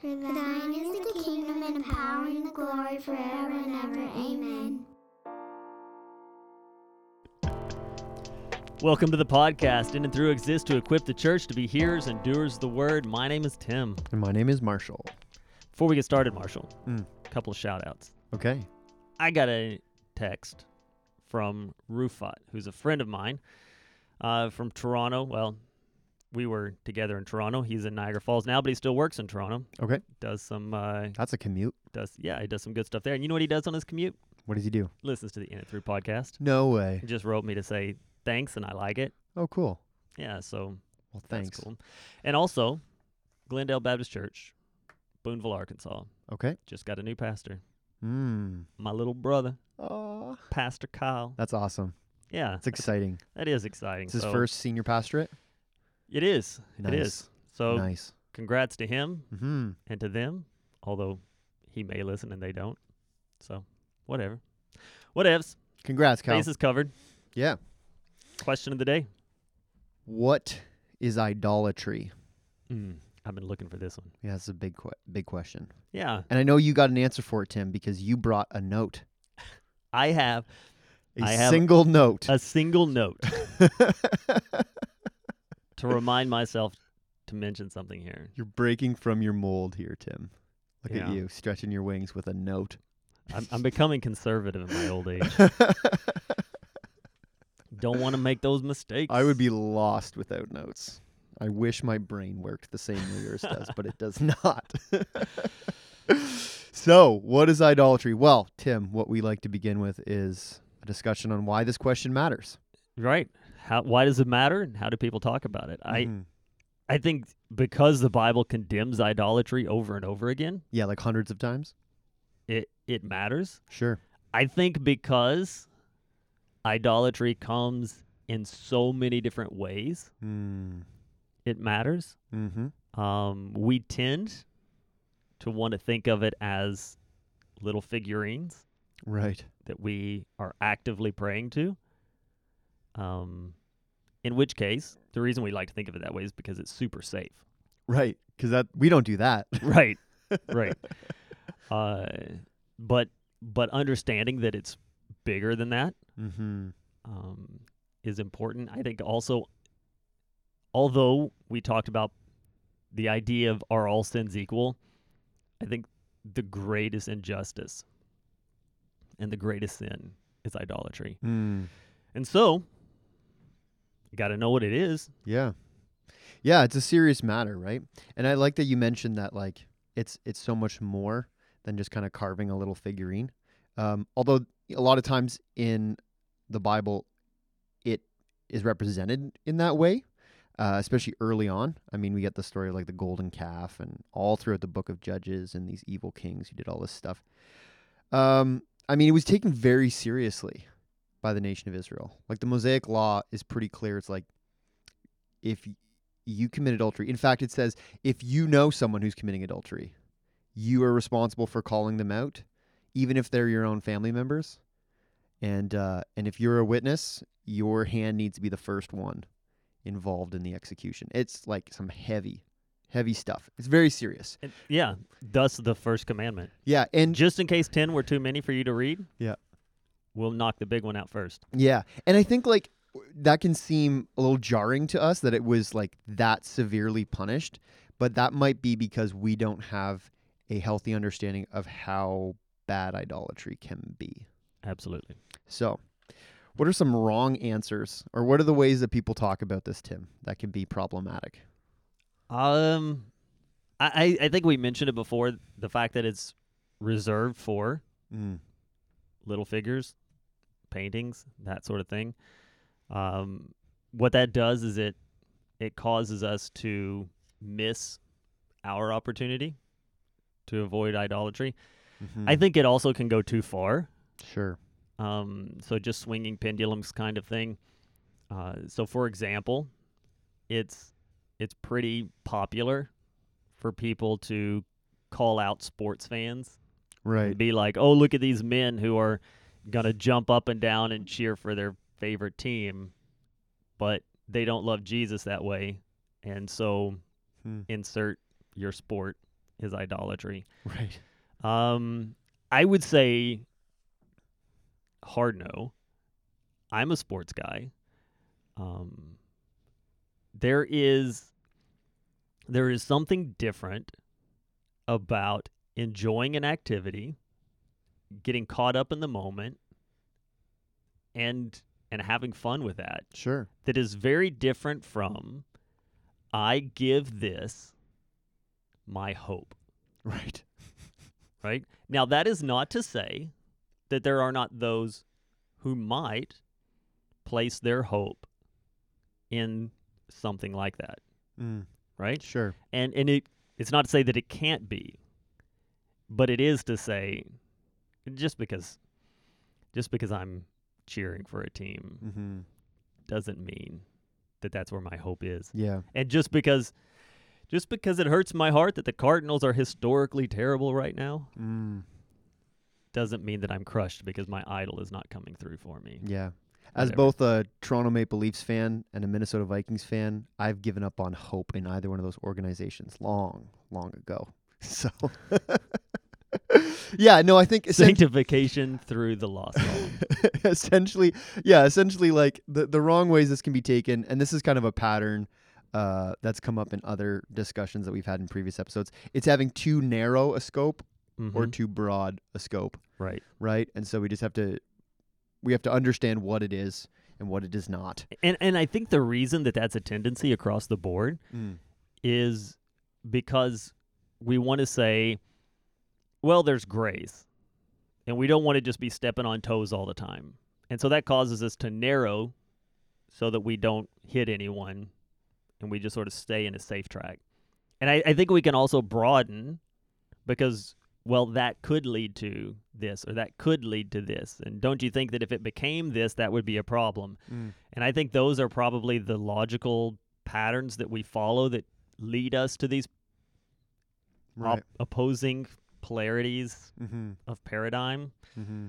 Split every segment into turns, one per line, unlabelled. For thine is the kingdom and the power and the glory forever and ever. Amen.
Welcome to the podcast. In and through exist to equip the church to be hearers and doers of the word. My name is Tim.
And my name is Marshall.
Before we get started, Marshall,
Mm.
a couple of shout outs.
Okay.
I got a text from Rufat, who's a friend of mine uh, from Toronto. Well, we were together in Toronto. He's in Niagara Falls now, but he still works in Toronto.
Okay.
Does some, uh,
That's a commute.
does yeah, he does some good stuff there. And you know what he does on his commute?
What does he do?
Listens to the In and Through podcast.
No way.
He just wrote me to say thanks, and I like it.
Oh, cool.
Yeah, so
Well,
That's
thanks.
cool. And also, Glendale Baptist Church, Boonville, Arkansas,
Okay.
just got a new pastor.
Mm.
My little brother,
Oh,
Pastor Kyle.
that's awesome.
Yeah,
That's exciting.
that is exciting.
It's his
So-
first senior pastorate.
It is.
Nice.
It is. So,
Nice.
congrats to him
Hmm.
and to them. Although he may listen and they don't. So, whatever. Whatevs.
Congrats, Cal.
Base is covered.
Yeah.
Question of the day.
What is idolatry?
Mm, I've been looking for this one.
Yeah, that's a big, que- big question.
Yeah,
And I know you got an answer for it, Tim, because you brought a note,
I have
a
I have
single note.
a single note to remind myself to mention something here.
You're breaking from your mold here, Tim. Look
Yeah.
at you stretching your wings with a note.
I'm, I'm becoming conservative in my old age. Don't want to make those mistakes.
I would be lost without notes. I wish my brain worked the same way yours does, but it does not. so, what is idolatry? Well, Tim, what we like to begin with is a discussion on why this question matters.
right. How, why does it matter? And how do people talk about it?
Mhm.
I I think because the Bible condemns idolatry over and over again,
yeah, like hundreds of times.
it it matters.
Sure.
I think because idolatry comes in so many different ways,
Mm.
it matters.
Mhm.
um, we tend to want to think of it as little figurines
Right.
that we are actively praying to. Um, in which case, the reason we like to think of it that way is because it's super safe.
Right, cuz that we don't do that.
Right. right. Uh, but but understanding that it's bigger than that
mhm.
um, is important. I think also, although we talked about the idea of are all sins equal, I think the greatest injustice and the greatest sin is idolatry.
Mm.
And so, you got to know what it is.
Yeah. Yeah, it's a serious matter, right? And I like that you mentioned that like it's it's so much more than just kind of carving a little figurine. Um, although a lot of times in the Bible it is represented in that way. Uh, especially early on. I mean, we get the story of like the golden calf and all throughout the book of Judges and these evil kings who did all this stuff. Um, I mean, it was taken very seriously by the nation of Israel. Like the Mosaic law is pretty clear. It's like if y- you commit adultery. In fact, it says if you know someone who's committing adultery, you are responsible for calling them out, even if they're your own family members. And uh, and if you're a witness, your hand needs to be the first one involved in the execution. It's like some heavy, heavy stuff. It's very serious.
And yeah, thus the first commandment.
Yeah, and
Just in case 10 were too many for you to read.
Yeah.
We'll knock the big one out first.
Yeah. And I think like w- that can seem a little jarring to us that it was like that severely punished, but that might be because we don't have a healthy understanding of how bad idolatry can be.
Absolutely.
So, what are some wrong answers or what are the ways that people talk about this Tim that can be problematic?
Um, I I I think we mentioned it before the fact that it's reserved for
Mm.
little figures, paintings, that sort of thing. Um, what that does is it it causes us to miss our opportunity to avoid idolatry.
mm-hmm. Hmm.
I think it also can go too far.
sure.
Um, so just swinging pendulums kind of thing. Uh, so for example, it's it's pretty popular for people to call out sports fans and
Right.
be like, "Oh, look at these men who are gonna jump up and down and cheer for their favorite team," but they don't love Jesus that way, and so
Hmm.
insert your sport his idolatry.
Right.
Um, I would say hard no. I'm a sports guy. Um, there is there is something different about enjoying an activity, getting caught up in the moment, and and having fun with that
Sure.
that is very different from I give this my hope
Right.
right? Now, that is not to say that there are not those who might place their hope in something like that,
Mm,
right?
sure.
And and it it's not to say that it can't be, but it is to say just because just because I'm cheering for a team
Mm-hmm.
doesn't mean that that's where my hope is.
Yeah.
And just because just because it hurts my heart that the Cardinals are historically terrible right now,
Mm,
doesn't mean that I'm crushed because my idol is not coming through for me.
yeah. As
Whatever.
both a Toronto Maple Leafs fan and a Minnesota Vikings fan, I've given up on hope in either one of those organizations long, long ago. So, yeah, no, I think essen-
Sanctification through the lost song.
essentially yeah essentially like the, the wrong ways this can be taken and this is kind of a pattern uh, that's come up in other discussions that we've had in previous episodes it's having too narrow a scope or
Mhm.
too broad a scope
right.
right and so we just have to we have to understand what it is and what it is not
And and I think the reason that that's a tendency across the board
Hmm,
is because we want to say, well, there's grace, and we don't want to just be stepping on toes all the time, and so that causes us to narrow, so that we don't hit anyone, and we just sort of stay in a safe track. And I, I think we can also broaden, because well, that could lead to this, or that could lead to this, and don't you think that if it became this, that would be a problem? And I think those are probably the logical patterns that we follow that lead us to these op-
right
opposing polarities
mm-hmm.
of paradigm.
Mm-hmm.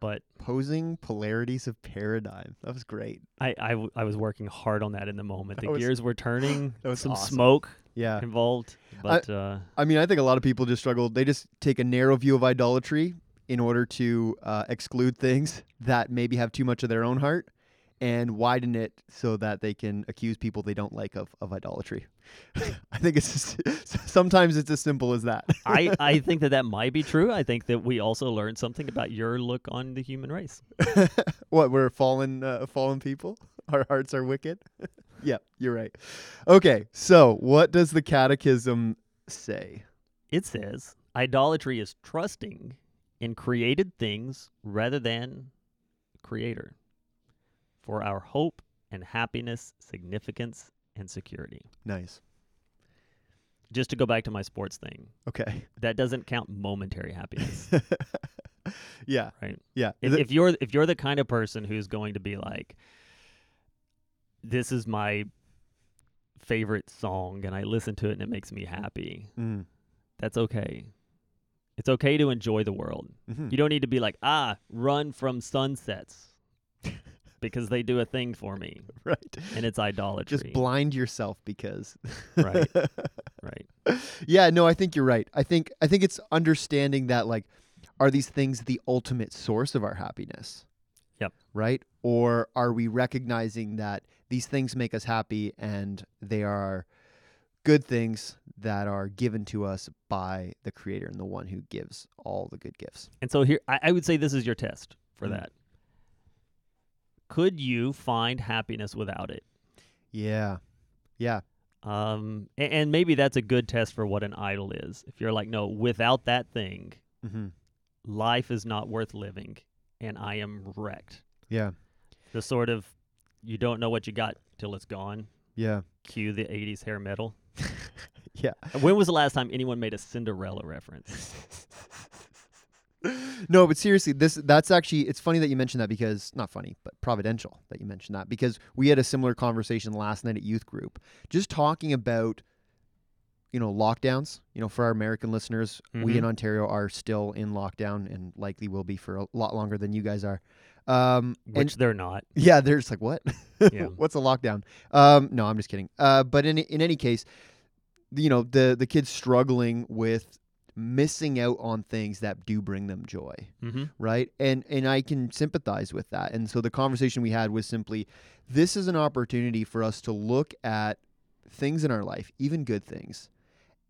But
posing polarities of paradigm that was great
I, I, w- I was working hard on that in the moment. The
That was-
gears were turning,
that was
some
awesome.
smoke
yeah
involved. But uh,
I mean, I think a lot of people just struggle. They just take a narrow view of idolatry in order to uh, exclude things that maybe have too much of their own heart and widen it so that they can accuse people they don't like of, of idolatry. I think it's just, sometimes it's as simple as that.
I, I think that that might be true. I think that we also learned something about your look on the human race.
what we're fallen uh, fallen people our hearts are wicked yeah you're right okay so what does the catechism say
It says idolatry is trusting in created things rather than creator for our hope and happiness, significance, and security.
nice
Just to go back to my sports thing,
okay
that doesn't count momentary happiness,
yeah
right?
yeah
If, if you're if you're the kind of person who's going to be like, this is my favorite song and I listen to it and it makes me happy,
Mm.
that's okay. It's okay to enjoy the world.
Mhm.
You don't need to be like, ah, run from sunsets because they do a thing for me
right
and it's idolatry.
just blind yourself because
Right. right.
yeah no i think you're right i think i think it's understanding that like are these things the ultimate source of our happiness
Yep.
right or are we recognizing that these things make us happy and they are good things that are given to us by the creator and the one who gives all the good gifts
And so here, I, I would say this is your test for
Mm.
that. Could you find happiness without it?
yeah yeah
Um, a- and, maybe that's a good test for what an idol is. If you're like, no, without that thing,
mm-hmm.
life is not worth living and I am wrecked.
yeah
The sort of you don't know what you got till it's gone.
yeah
Cue the 80s hair metal. Uh,
yeah
When was the last time anyone made a Cinderella reference?
no, but seriously, this that's actually it's funny that you mentioned that because not funny, but providential that you mentioned that because we had a similar conversation last night at youth group, just talking about you know lockdowns. You know, for our American listeners, we
Mhm.
in Ontario are still in lockdown and likely will be for a lot longer than you guys are. Um, and-
Which they're not.
yeah, they're just like, what?
Yeah.
What's a lockdown? Um, no, I'm just kidding. Uh, but in in any case, you know the the kids struggling with missing out on things that do bring them joy
Mm-hmm.
right and and i can sympathize with that and so the conversation we had was simply this is an opportunity for us to look at things in our life even good things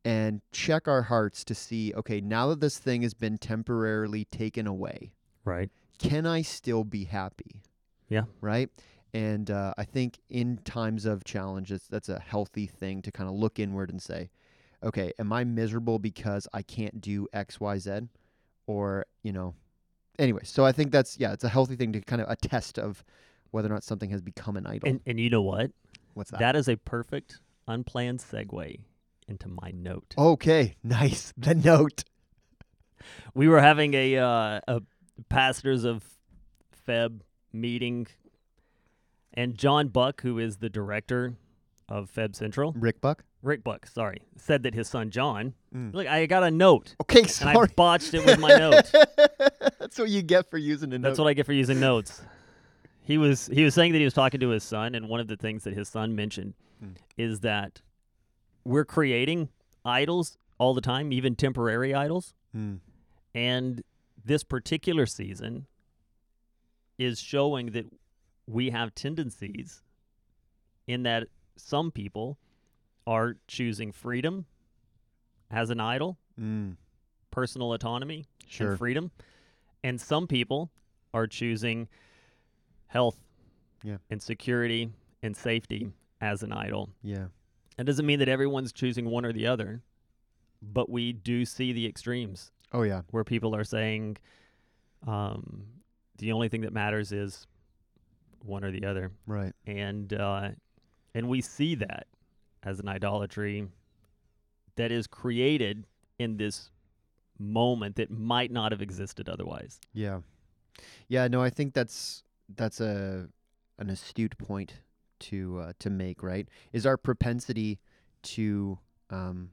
and check our hearts to see okay now that this thing has been temporarily taken away
Right.
can i still be happy
Yeah.
right and uh, i think in times of challenges that's a healthy thing to kind of look inward and say okay am i miserable because i can't do xyz or you know anyway so i think that's yeah it's a healthy thing to kind of attest of whether or not something has become an idol
And and you know what?
what's that,
That is a perfect unplanned segue into my note.
okay nice the note
We were having a uh, a pastors of Feb meeting, and John Buck, who is the director of Feb Central,
rick buck
Rick Buck, sorry, said that his son John.
Mm.
Look, I got a note,
okay
and
sorry
I botched it with my note.
that's what you get for using a note
That's what I get for using notes. He was he was saying that he was talking to his son, and one of the things that his son mentioned
Mm.
is that we're creating idols all the time, even temporary idols.
Mm,
And this particular season is showing that we have tendencies in that some people are choosing freedom as an idol,
mm,
personal autonomy,
sure
and freedom. And some people are choosing health
Yeah.
and security and safety as an idol.
yeah
That doesn't mean that everyone's choosing one or the other, but we do see the extremes
oh yeah
where people are saying um, the only thing that matters is one or the other.
right
And, uh, and we see that as an idolatry that is created in this moment that might not have existed otherwise.
Yeah. Yeah, no, I think that's that's a an astute point to uh, to make, right? Is our propensity to um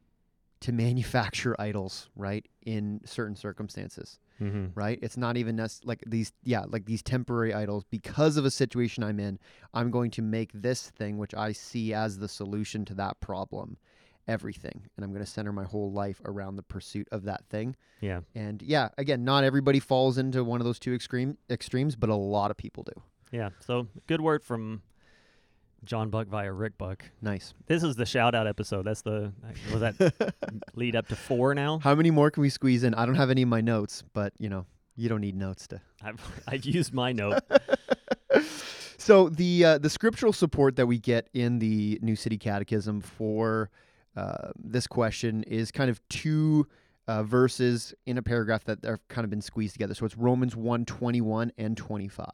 to manufacture idols, right, in certain circumstances,
Mm-hmm.
right? It's not even nec- like these yeah, like these temporary idols because of a situation I'm in, I'm going to make this thing which I see as the solution to that problem everything and I'm going to center my whole life around the pursuit of that thing.
Yeah.
And yeah, again, not everybody falls into one of those two extreme extremes, but a lot of people do.
Yeah. So good word from John Buck via Rick Buck.
Nice.
This is the shout out episode. That's the was that lead up to four now.
How many more can we squeeze in? I don't have any in my notes, but you know, you don't need notes to.
I've I've used my note.
So the uh, the scriptural support that we get in the New City Catechism for uh, this question is kind of two uh, verses in a paragraph that have kind of been squeezed together. So it's Romans 1, 21 and 25.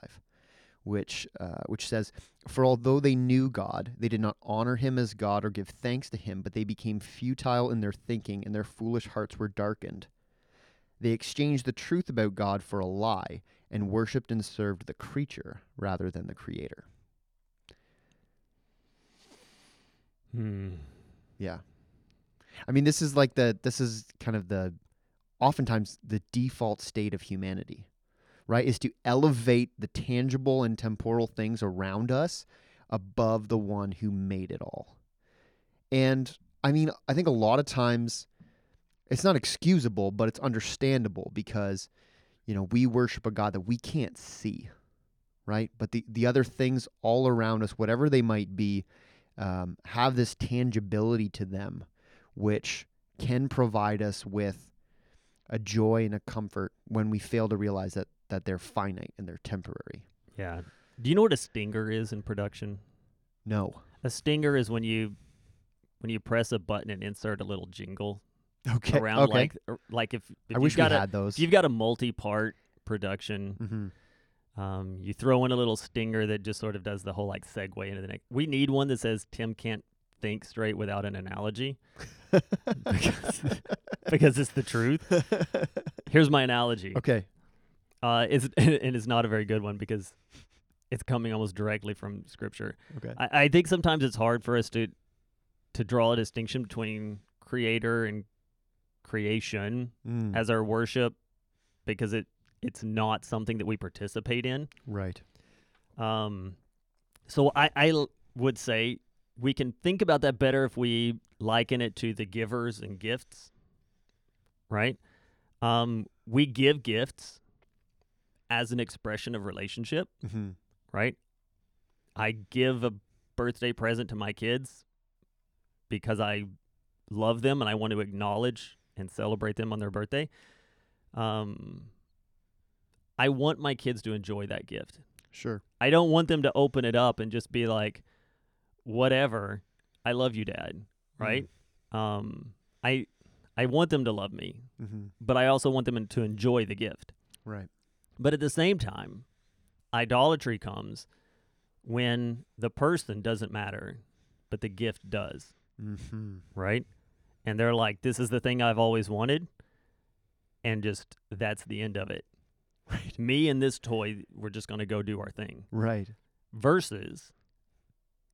which uh, which says, "For although they knew God, they did not honor Him as God or give thanks to Him, but they became futile in their thinking, and their foolish hearts were darkened. They exchanged the truth about God for a lie, and worshipped and served the creature rather than the Creator."
Hmm.
Yeah, I mean, this is like the this is kind of the oftentimes the default state of humanity, right? Is to elevate the tangible and temporal things around us above the one who made it all. And I mean, I think a lot of times it's not excusable, but it's understandable because, you know, we worship a God that we can't see, right? But the, the other things all around us, whatever they might be, um, have this tangibility to them, which can provide us with a joy and a comfort when we fail to realize that that they're finite and they're temporary.
Yeah. Do you know what a stinger is in production?
No.
A stinger is when you when you press a button and insert a little jingle
Okay.
around
okay.
like or- like if, if
I
you've
wish we
got a
had those.
if you've got a multi part production,
hmm
um, you throw in a little stinger that just sort of does the whole like segue into the next. We need one that says Tim can't think straight without an analogy because, because it's the truth. Here's my analogy.
okay.
Uh, it's, and it's not a very good one because it's coming almost directly from scripture.
Okay.
I, I think sometimes it's hard for us to to draw a distinction between creator and creation
Mm,
as our worship because it it's not something that we participate in.
right.
Um, so I, I l- would say we can think about that better if we liken it to the givers and gifts, right? Um, we give gifts as an expression of relationship,
hmm
right? I give a birthday present to my kids because I love them and I want to acknowledge and celebrate them on their birthday. Um, I want my kids to enjoy that gift.
Sure.
I don't want them to open it up and just be like, whatever. I love you, Dad. Right? Um, I I want them to love me,
hmm
but I also want them to enjoy the gift.
Right.
But at the same time, idolatry comes when the person doesn't matter, but the gift does
hmm
right? And they're like, this is the thing I've always wanted. And just that's the end of it. Right. Me and this toy, we're just going to go do our thing.
Right.
Versus,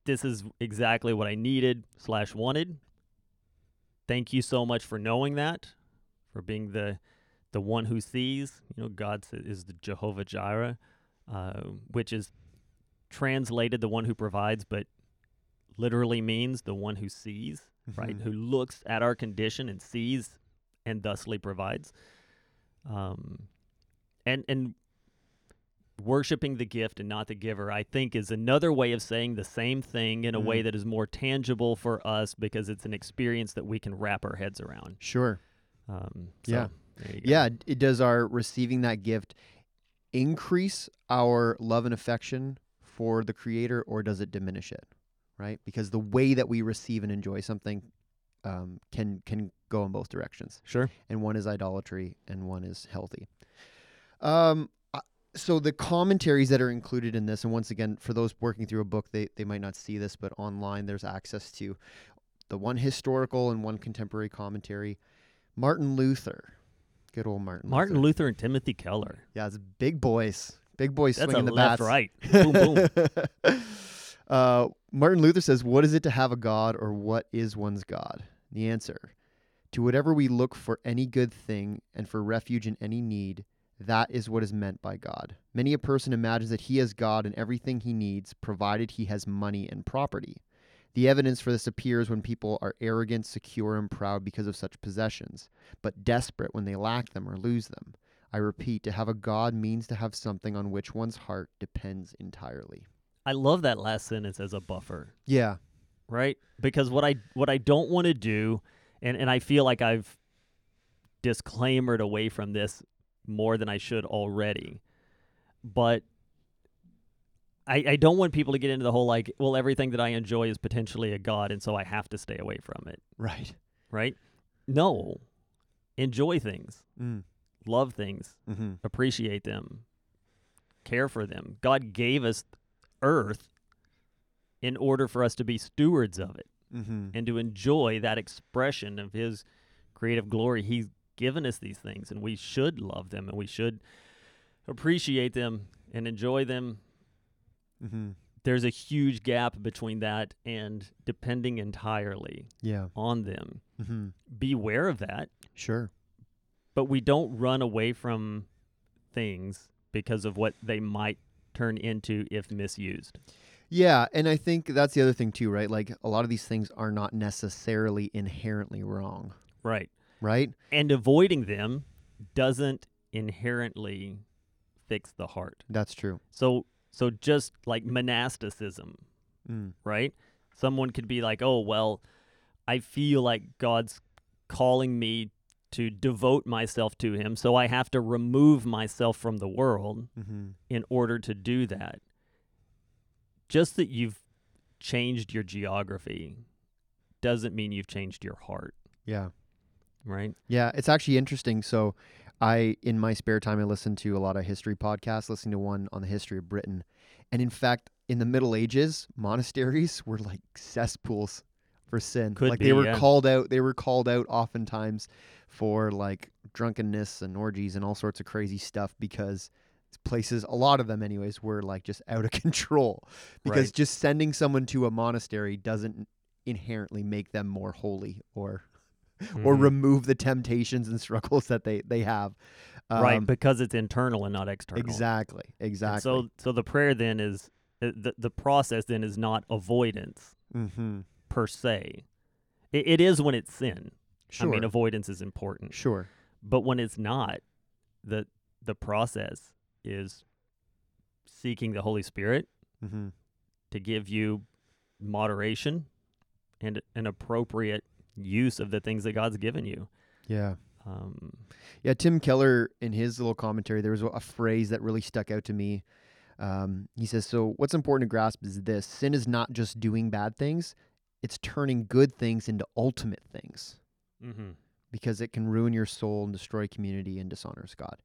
this is exactly what I needed slash wanted. Thank you so much for knowing that, for being the the one who sees. You know, God sa- is the Jehovah Jireh, uh, which is translated the one who provides, but literally means the one who sees right?
Mhm.
Who looks at our condition and sees and thusly provides. Um, and and worshiping the gift and not the giver, I think, is another way of saying the same thing in a way
Mm.
that is more tangible for us because it's an experience that we can wrap our heads around.
Sure.
Um,
Yeah.
so, there you go.
Yeah. It does our receiving that gift increase our love and affection for the Creator, or does it diminish it? Right. Because the way that we receive and enjoy something um, can can go in both directions.
Sure.
and one is idolatry and one is healthy. Um, I- so the commentaries that are included in this, and once again, for those working through a book, they, they might not see this, but online there's access to the one historical and one contemporary commentary. Martin Luther, good old Martin.
Martin
Luther.
Luther and Timothy Keller.
yeah, it's big boys, big boys
That's a
swinging the
left
bats.
right. boom boom.
uh, Martin Luther says, What is it to have a God or what is one's God? The answer to whatever we look for any good thing and for refuge in any need, that is what is meant by God. Many a person imagines that he has God and everything he needs, provided he has money and property. The evidence for this appears when people are arrogant, secure, and proud because of such possessions, but desperate when they lack them or lose them. I repeat, to have a God means to have something on which one's heart depends entirely.
I love that last sentence as a buffer.
Yeah.
right? Because what I what I don't want to do, and and I feel like I've disclaimered away from this more than I should already, but I I don't want people to get into the whole like, well, everything that I enjoy is potentially a god, and so I have to stay away from it,
Right.
right? No, enjoy things,
Mm.
love things,
Mm-hmm.
appreciate them, care for them. God gave us earth in order for us to be stewards of it
Mm-hmm.
and to enjoy that expression of his creative glory. He's given us these things and we should love them and we should appreciate them and enjoy them.
Mm-hmm.
There's a huge gap between that and depending entirely
Yeah.
on them.
Mm-hmm.
Beware of that,
Sure.
but we don't run away from things because of what they might turn into if misused.
Yeah, and I think that's the other thing too, right? Like a lot of these things are not necessarily inherently wrong,
Right.
right?
And avoiding them doesn't inherently fix the heart.
That's true.
So so just like monasticism,
Mm.
right? Someone could be like, "Oh, well, I feel like God's calling me to devote myself to him, so I have to remove myself from the world
Mm-hmm.
in order to do that." Just that you've changed your geography doesn't mean you've changed your heart,
Yeah.
right?
Yeah, it's actually interesting. So, I in my spare time I listen to a lot of history podcasts, listening to one on the history of Britain. And in fact, in the Middle Ages, monasteries were like cesspools for sin.
Could
like
be,
they were
yeah.
called out, they were called out oftentimes for like drunkenness and orgies and all sorts of crazy stuff because places a lot of them anyways were like just out of control because
Right.
just sending someone to a monastery doesn't inherently make them more holy or or
Mhm.
remove the temptations and struggles that they they have.
right
Um,
because it's internal and not external.
Exactly.
And
Exactly.
so so the prayer then is Uh, The, the process then is not avoidance
Mm-hmm.
per se. It, it is when it's sin.
Sure.
I mean, avoidance is important.
sure.
But when it's not, the the process is seeking the Holy Spirit
Mm-hmm.
to give you moderation and an appropriate use of the things that God's given you.
Yeah.
Um,
Yeah, Tim Keller in his little commentary, there was a phrase that really stuck out to me. Um, he says, "So what's important to grasp is this: sin is not just doing bad things; it's turning good things into ultimate things, Mm-hmm. because it can ruin your soul and destroy community and dishonors God.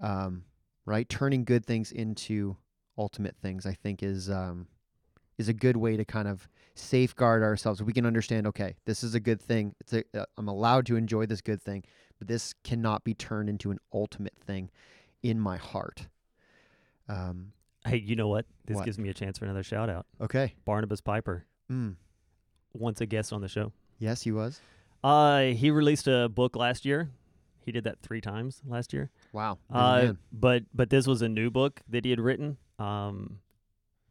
Um, right? Turning good things into ultimate things, I think, is um, is a good way to kind of safeguard ourselves. We can understand, okay, this is a good thing. It's a, uh, I'm allowed to enjoy this good thing, but this cannot be turned into an ultimate thing in my heart. Um,
Hey, you know what? This
What?
gives me a chance for another shout out.
okay.
Barnabas Piper,
Mm.
once a guest on the show.
Yes, he was.
Uh, he released a book last year. He did that three times last year.
Wow. busy
Uh,
man.
but but this was a new book that he had written. Um,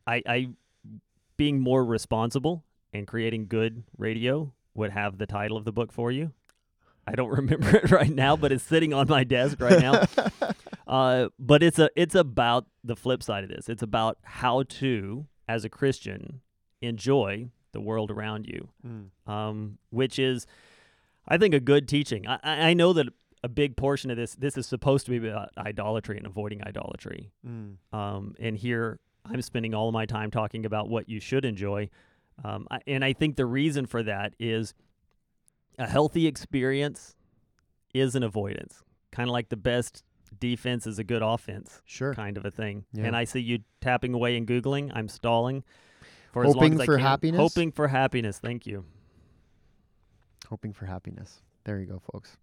I, I being more responsible and creating good radio would have the title of the book for you. I don't remember it right now, but it's sitting on my desk right now. Uh, but it's a it's about the flip side of this. It's about how to, as a Christian, enjoy the world around you
Mm.
um, which is, I think, a good teaching. I, I I know that a big portion of this this is supposed to be about idolatry and avoiding idolatry.
Mm.
Um, and here I'm spending all of my time talking about what you should enjoy. Um, I, and I think the reason for that is a healthy experience is an avoidance, kind of like the best defense is a good offense
Sure.
kind of a thing.
Yeah.
And I see you tapping away and googling. I'm stalling. For as long
Hoping
as I
for
can.
happiness?
Hoping for happiness. Thank you.
hoping for happiness. There you go, folks.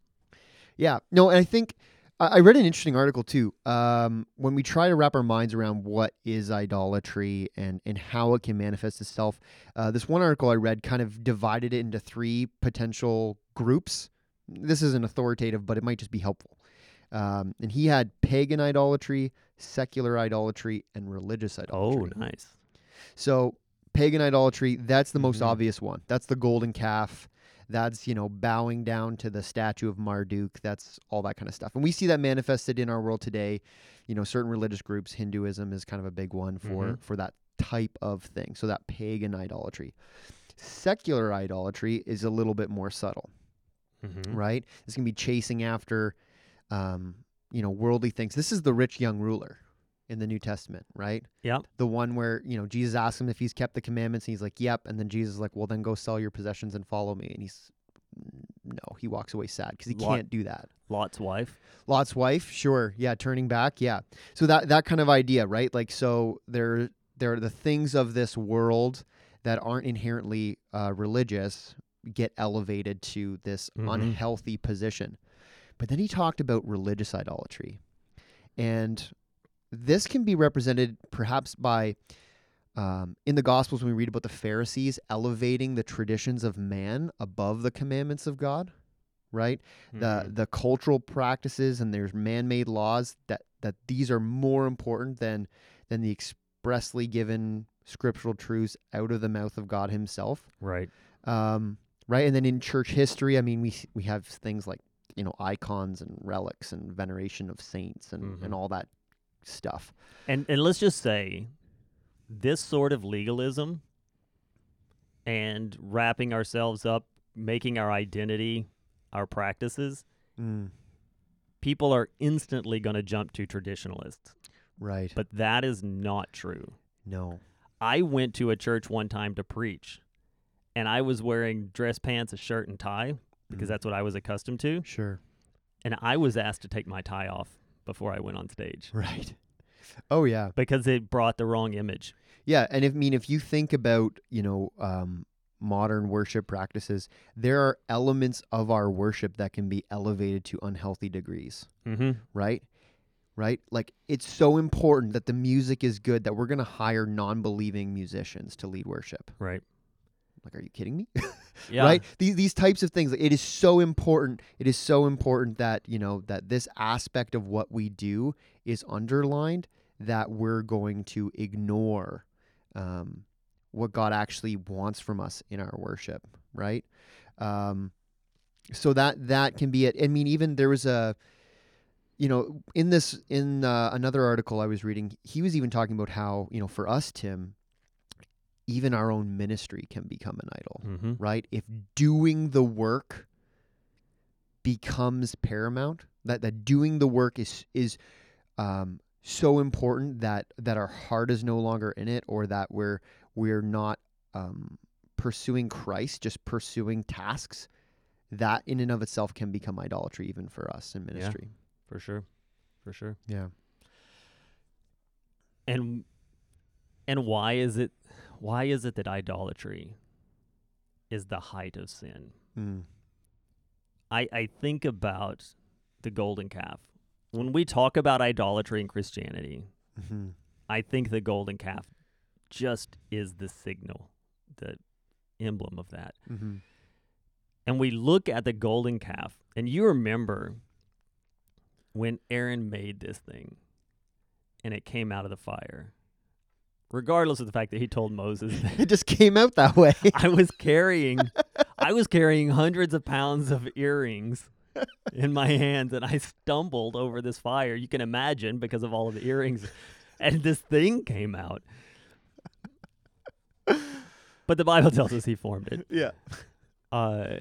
Yeah, no, and I think I I read an interesting article too. Um, when we try to wrap our minds around what is idolatry and and how it can manifest itself, uh, this one article I read kind of divided it into three potential groups. This isn't authoritative, but it might just be helpful. Um, and he had pagan idolatry, secular idolatry, and religious
Oh,
idolatry.
nice.
So pagan idolatry, that's the most
Mhm.
obvious one. That's the golden calf. That's, you know, bowing down to the statue of Marduk. That's all that kind of stuff. And we see that manifested in our world today. You know, certain religious groups, Hinduism is kind of a big one for for that type of thing. So that pagan idolatry. Secular idolatry is a little bit more subtle
Mm-hmm.
right? It's going to be chasing after, um, you know, worldly things. This is the rich young ruler in the New Testament, right?
Yep.
The one where, you know, Jesus asks him if he's kept the commandments and he's like, yep. And then Jesus is like, well, then go sell your possessions and follow me. And he's, no, he walks away sad because he
Lot-
can't do that.
Lot's wife.
Lot's wife, sure, yeah, turning back, yeah. So that that kind of idea, right? Like, so there there are the things of this world that aren't inherently uh, religious get elevated to this
Mhm.
unhealthy position. But then he talked about religious idolatry, and this can be represented perhaps by um, in the Gospels when we read about the Pharisees elevating the traditions of man above the commandments of God, right? the the cultural practices and there's man-made laws that that these are more important than than the expressly given scriptural truths out of the mouth of God Himself,
right.
um, right? And then in church history, I mean, we s- we have things like you know icons and relics and veneration of saints and
Mhm.
and all that stuff.
And and let's just say, this sort of legalism and wrapping ourselves up, making our identity our practices,
Mm,
people are instantly going to jump to traditionalists.
right?
But that is not true.
no.
I went to a church one time to preach, and I was wearing dress pants, a shirt, and tie because
Mm.
that's what I was accustomed to.
Sure.
And I was asked to take my tie off before I went on stage
Right. Oh yeah.
because it brought the wrong image.
Yeah, and if, I mean, if you think about, you know, um, modern worship practices, there are elements of our worship that can be elevated to unhealthy degrees,
Mm-hmm.
right? Right? Like, it's so important that the music is good that we're going to hire non believing musicians to lead worship.
Right.
Like, are you kidding me?
Yeah.
Right? These, these types of things, like, it is so important. It is so important that, you know, that this aspect of what we do is underlined that we're going to ignore um, what God actually wants from us in our worship, right? Um, so that that can be it. I mean, even there was a, you know, in this in uh, another article I was reading, he was even talking about how you know for us, Tim, even our own ministry can become an idol,
Mm-hmm.
right? If doing the work becomes paramount, that that doing the work is is um, so important that that our heart is no longer in it, or that we're we're not um, pursuing Christ, just pursuing tasks. That in and of itself can become idolatry, even for us in ministry.
For sure. For sure.
Yeah.
And and why is it why is it that idolatry is the height of sin?
Mm.
I, I think about the golden calf. When we talk about idolatry in Christianity,
Mm-hmm.
I think the golden calf just is the signal, the emblem of that.
Mm-hmm.
And we look at the golden calf, and you remember when Aaron made this thing and it came out of the fire, regardless of the fact that he told Moses that
It just came out that way.
I was carrying I was carrying hundreds of pounds of earrings in my hands and I stumbled over this fire. You can imagine because of all of the earrings and this thing came out. But the Bible tells us he formed it.
yeah.
Uh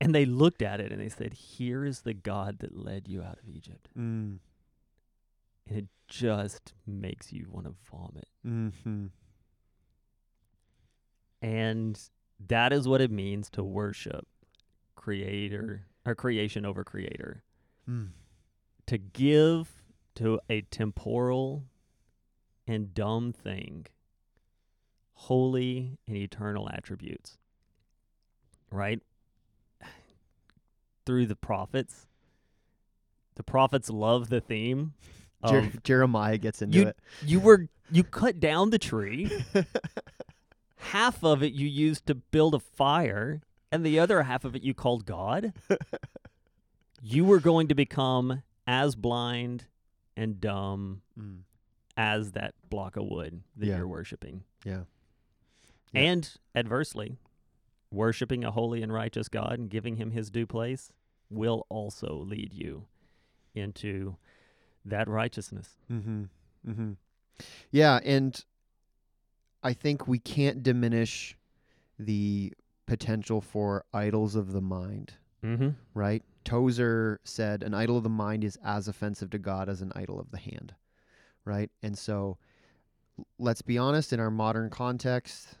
and they looked at it and they said, "Here is the God that led you out of Egypt."
Mm.
And it just makes you want to vomit.
Mm-hmm.
And that is what it means to worship creator or creation over creator.
Mm.
To give to a temporal and dumb thing holy and eternal attributes. Right? Through the prophets. The prophets love the theme of
Jer- Jeremiah gets into
You-
it.
you were you cut down the tree. half of it you used to build a fire, and the other half of it you called God. you were going to become as blind and dumb
Mm.
as that block of wood that
Yeah.
you're worshiping.
Yeah. Yeah.
And adversely, worshiping a holy and righteous God and giving him his due place will also lead you into that righteousness.
Mm-hmm. Mm-hmm. Yeah, and I think we can't diminish the potential for idols of the mind,
Mm-hmm.
right? Tozer said an idol of the mind is as offensive to God as an idol of the hand, right? And so l- let's be honest in our modern context,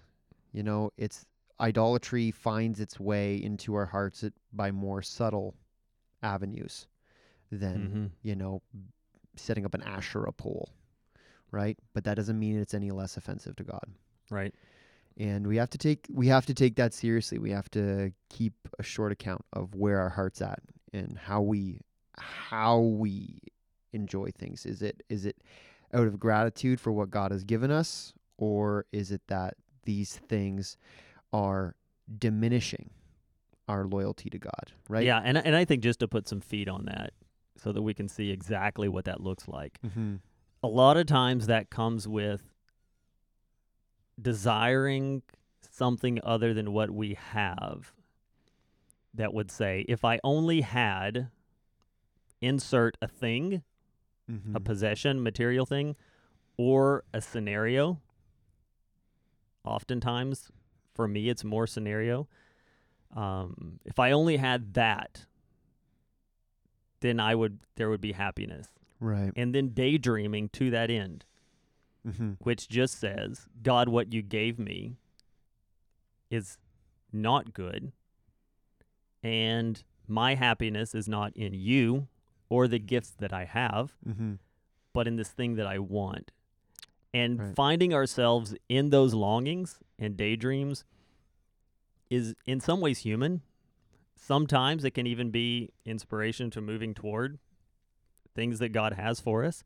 you know, it's idolatry finds its way into our hearts it, by more subtle avenues than
Mm-hmm.
you know, setting up an Asherah pole, right? But that doesn't mean it's any less offensive to God.
Right.
And we have to take we have to take that seriously. We have to keep a short account of where our heart's at and how we how we enjoy things. Is it is it out of gratitude for what God has given us, or is it that these things are diminishing our loyalty to God? Right?
Yeah, and I- and I think just to put some feet on that so that we can see exactly what that looks like.
Mm-hmm.
A lot of times that comes with desiring something other than what we have that would say if I only had insert a thing,
Mm-hmm.
a possession, material thing, or a scenario. Oftentimes, for me, it's more scenario. Um, if I only had that, then I would there would be happiness,
right.
and then daydreaming to that end,
Mm-hmm.
which just says, God, what you gave me is not good, and my happiness is not in you or the gifts that I have
Mm-hmm.
but in this thing that I want. And
Right.
finding ourselves in those longings and daydreams is in some ways human. Sometimes it can even be inspiration to moving toward things that God has for us.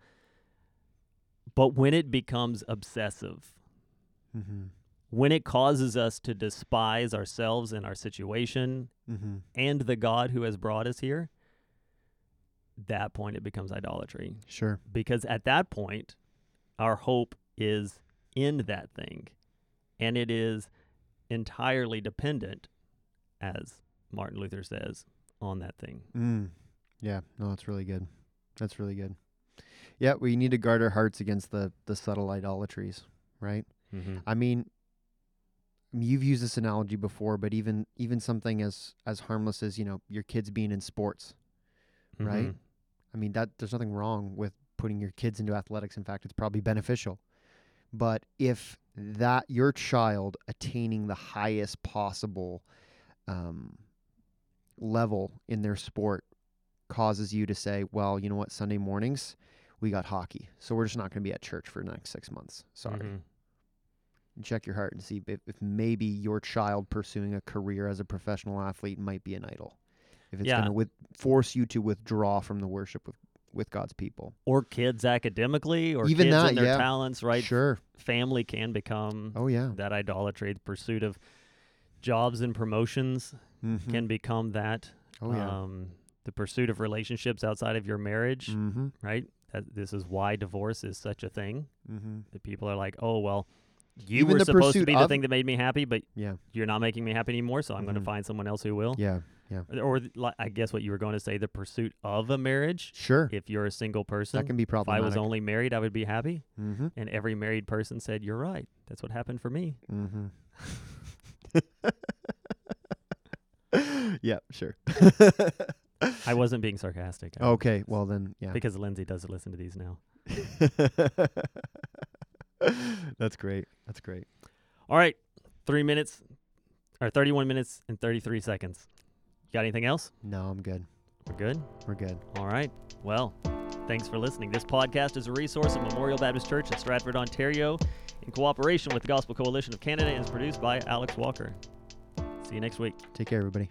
But when it becomes obsessive,
Mm-hmm.
when it causes us to despise ourselves and our situation
Mm-hmm.
and the God who has brought us here, that point it becomes idolatry.
Sure.
because at that point our hope is in that thing. And it is entirely dependent, as Martin Luther says, on that thing.
Mm. Yeah, no, that's really good. That's really good. Yeah, we need to guard our hearts against the the subtle idolatries, right?
Mm-hmm.
I mean, you've used this analogy before, but even even something as as harmless as you know your kids being in sports. Right? I mean, that there's nothing wrong with putting your kids into athletics. In fact, it's probably beneficial. But if that your child attaining the highest possible um, level in their sport causes you to say, "Well, you know what? Sunday mornings." We got hockey, so we're just not going to be at church for the next six months. Sorry
Mhm.
check your heart and see if, if maybe your child pursuing a career as a professional athlete might be an idol. If it's
Yeah.
going to with, force you to withdraw from the worship with, with God's people.
Or kids academically, or
Even
kids
that,
and their
yeah.
talents, right?
Sure.
Family can become
Oh, yeah.
that idolatry. The pursuit of jobs and promotions
Mhm.
can become that.
oh, yeah.
Um, the pursuit of relationships outside of your marriage,
mm-hmm.
right? That, this is why divorce is such a thing.
Mm-hmm.
That people are like, oh, well, you
Even
were
the
supposed to
pursuit
be the
of-
thing that made me happy, but
Yeah.
you're not making me happy anymore, so I'm going
Mhm.
to find someone else who will.
Yeah.
Or, th- li- I guess what you were going to say, the pursuit of a marriage.
Sure.
If you're a single person,
That can be
if I
problematic.
was only married, I would be happy.
mm-hmm.
And every married person said, You're right. That's what happened for me.
Mm-hmm. yeah, sure.
I wasn't being sarcastic. I-
Okay. Well, then, Oh, yeah.
Because Lindsay does listen to these now.
That's great. That's great.
All right. Three minutes or 31 minutes and 33 seconds. You got anything else?
No, I'm good.
We're good.
We're good.
All right. Well, thanks for listening. This podcast is a resource of Memorial Baptist Church in Stratford, Ontario, in cooperation with the Gospel Coalition of Canada and is produced by Alex Walker. See you next week.
Take care, everybody.